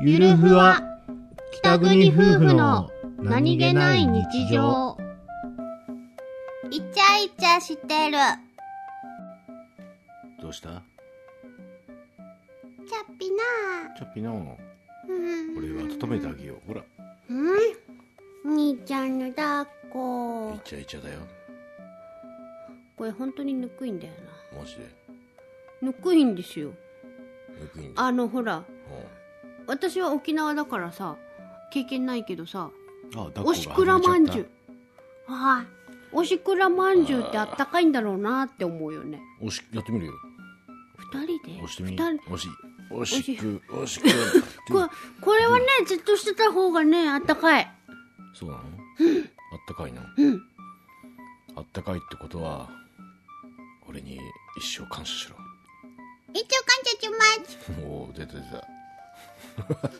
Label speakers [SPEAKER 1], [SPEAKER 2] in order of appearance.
[SPEAKER 1] ゆるふわ北国夫婦の
[SPEAKER 2] イチャイチャしてる
[SPEAKER 1] どうした
[SPEAKER 2] チャッピな
[SPEAKER 1] チャッピの
[SPEAKER 2] うん
[SPEAKER 1] 俺が温めてあげようほら
[SPEAKER 2] うん兄ちゃんの抱っこ
[SPEAKER 1] イチャイチャだよ
[SPEAKER 2] これ本当にぬくいんだよな
[SPEAKER 1] マジで
[SPEAKER 2] ぬくいんですよ
[SPEAKER 1] ぬくいんだ
[SPEAKER 2] あのほら
[SPEAKER 1] う
[SPEAKER 2] 私は沖縄だからさ経験ないけどさ
[SPEAKER 1] んあ抱っこが
[SPEAKER 2] おしくらまんじゅ
[SPEAKER 1] 外れちゃっ
[SPEAKER 2] うはいおしくらまんじゅうってあったかいんだろうなって思うよね
[SPEAKER 1] たおしやってみるよ
[SPEAKER 2] 二人で
[SPEAKER 1] 押してみ
[SPEAKER 2] 二人
[SPEAKER 1] おしおしくおしく
[SPEAKER 2] これこれはねじっとしてた方がねあったかい
[SPEAKER 1] そうなのあったかいの
[SPEAKER 2] うん
[SPEAKER 1] あったかいってことは俺に一生感謝しろ
[SPEAKER 2] 一応感謝します
[SPEAKER 1] おお出た出た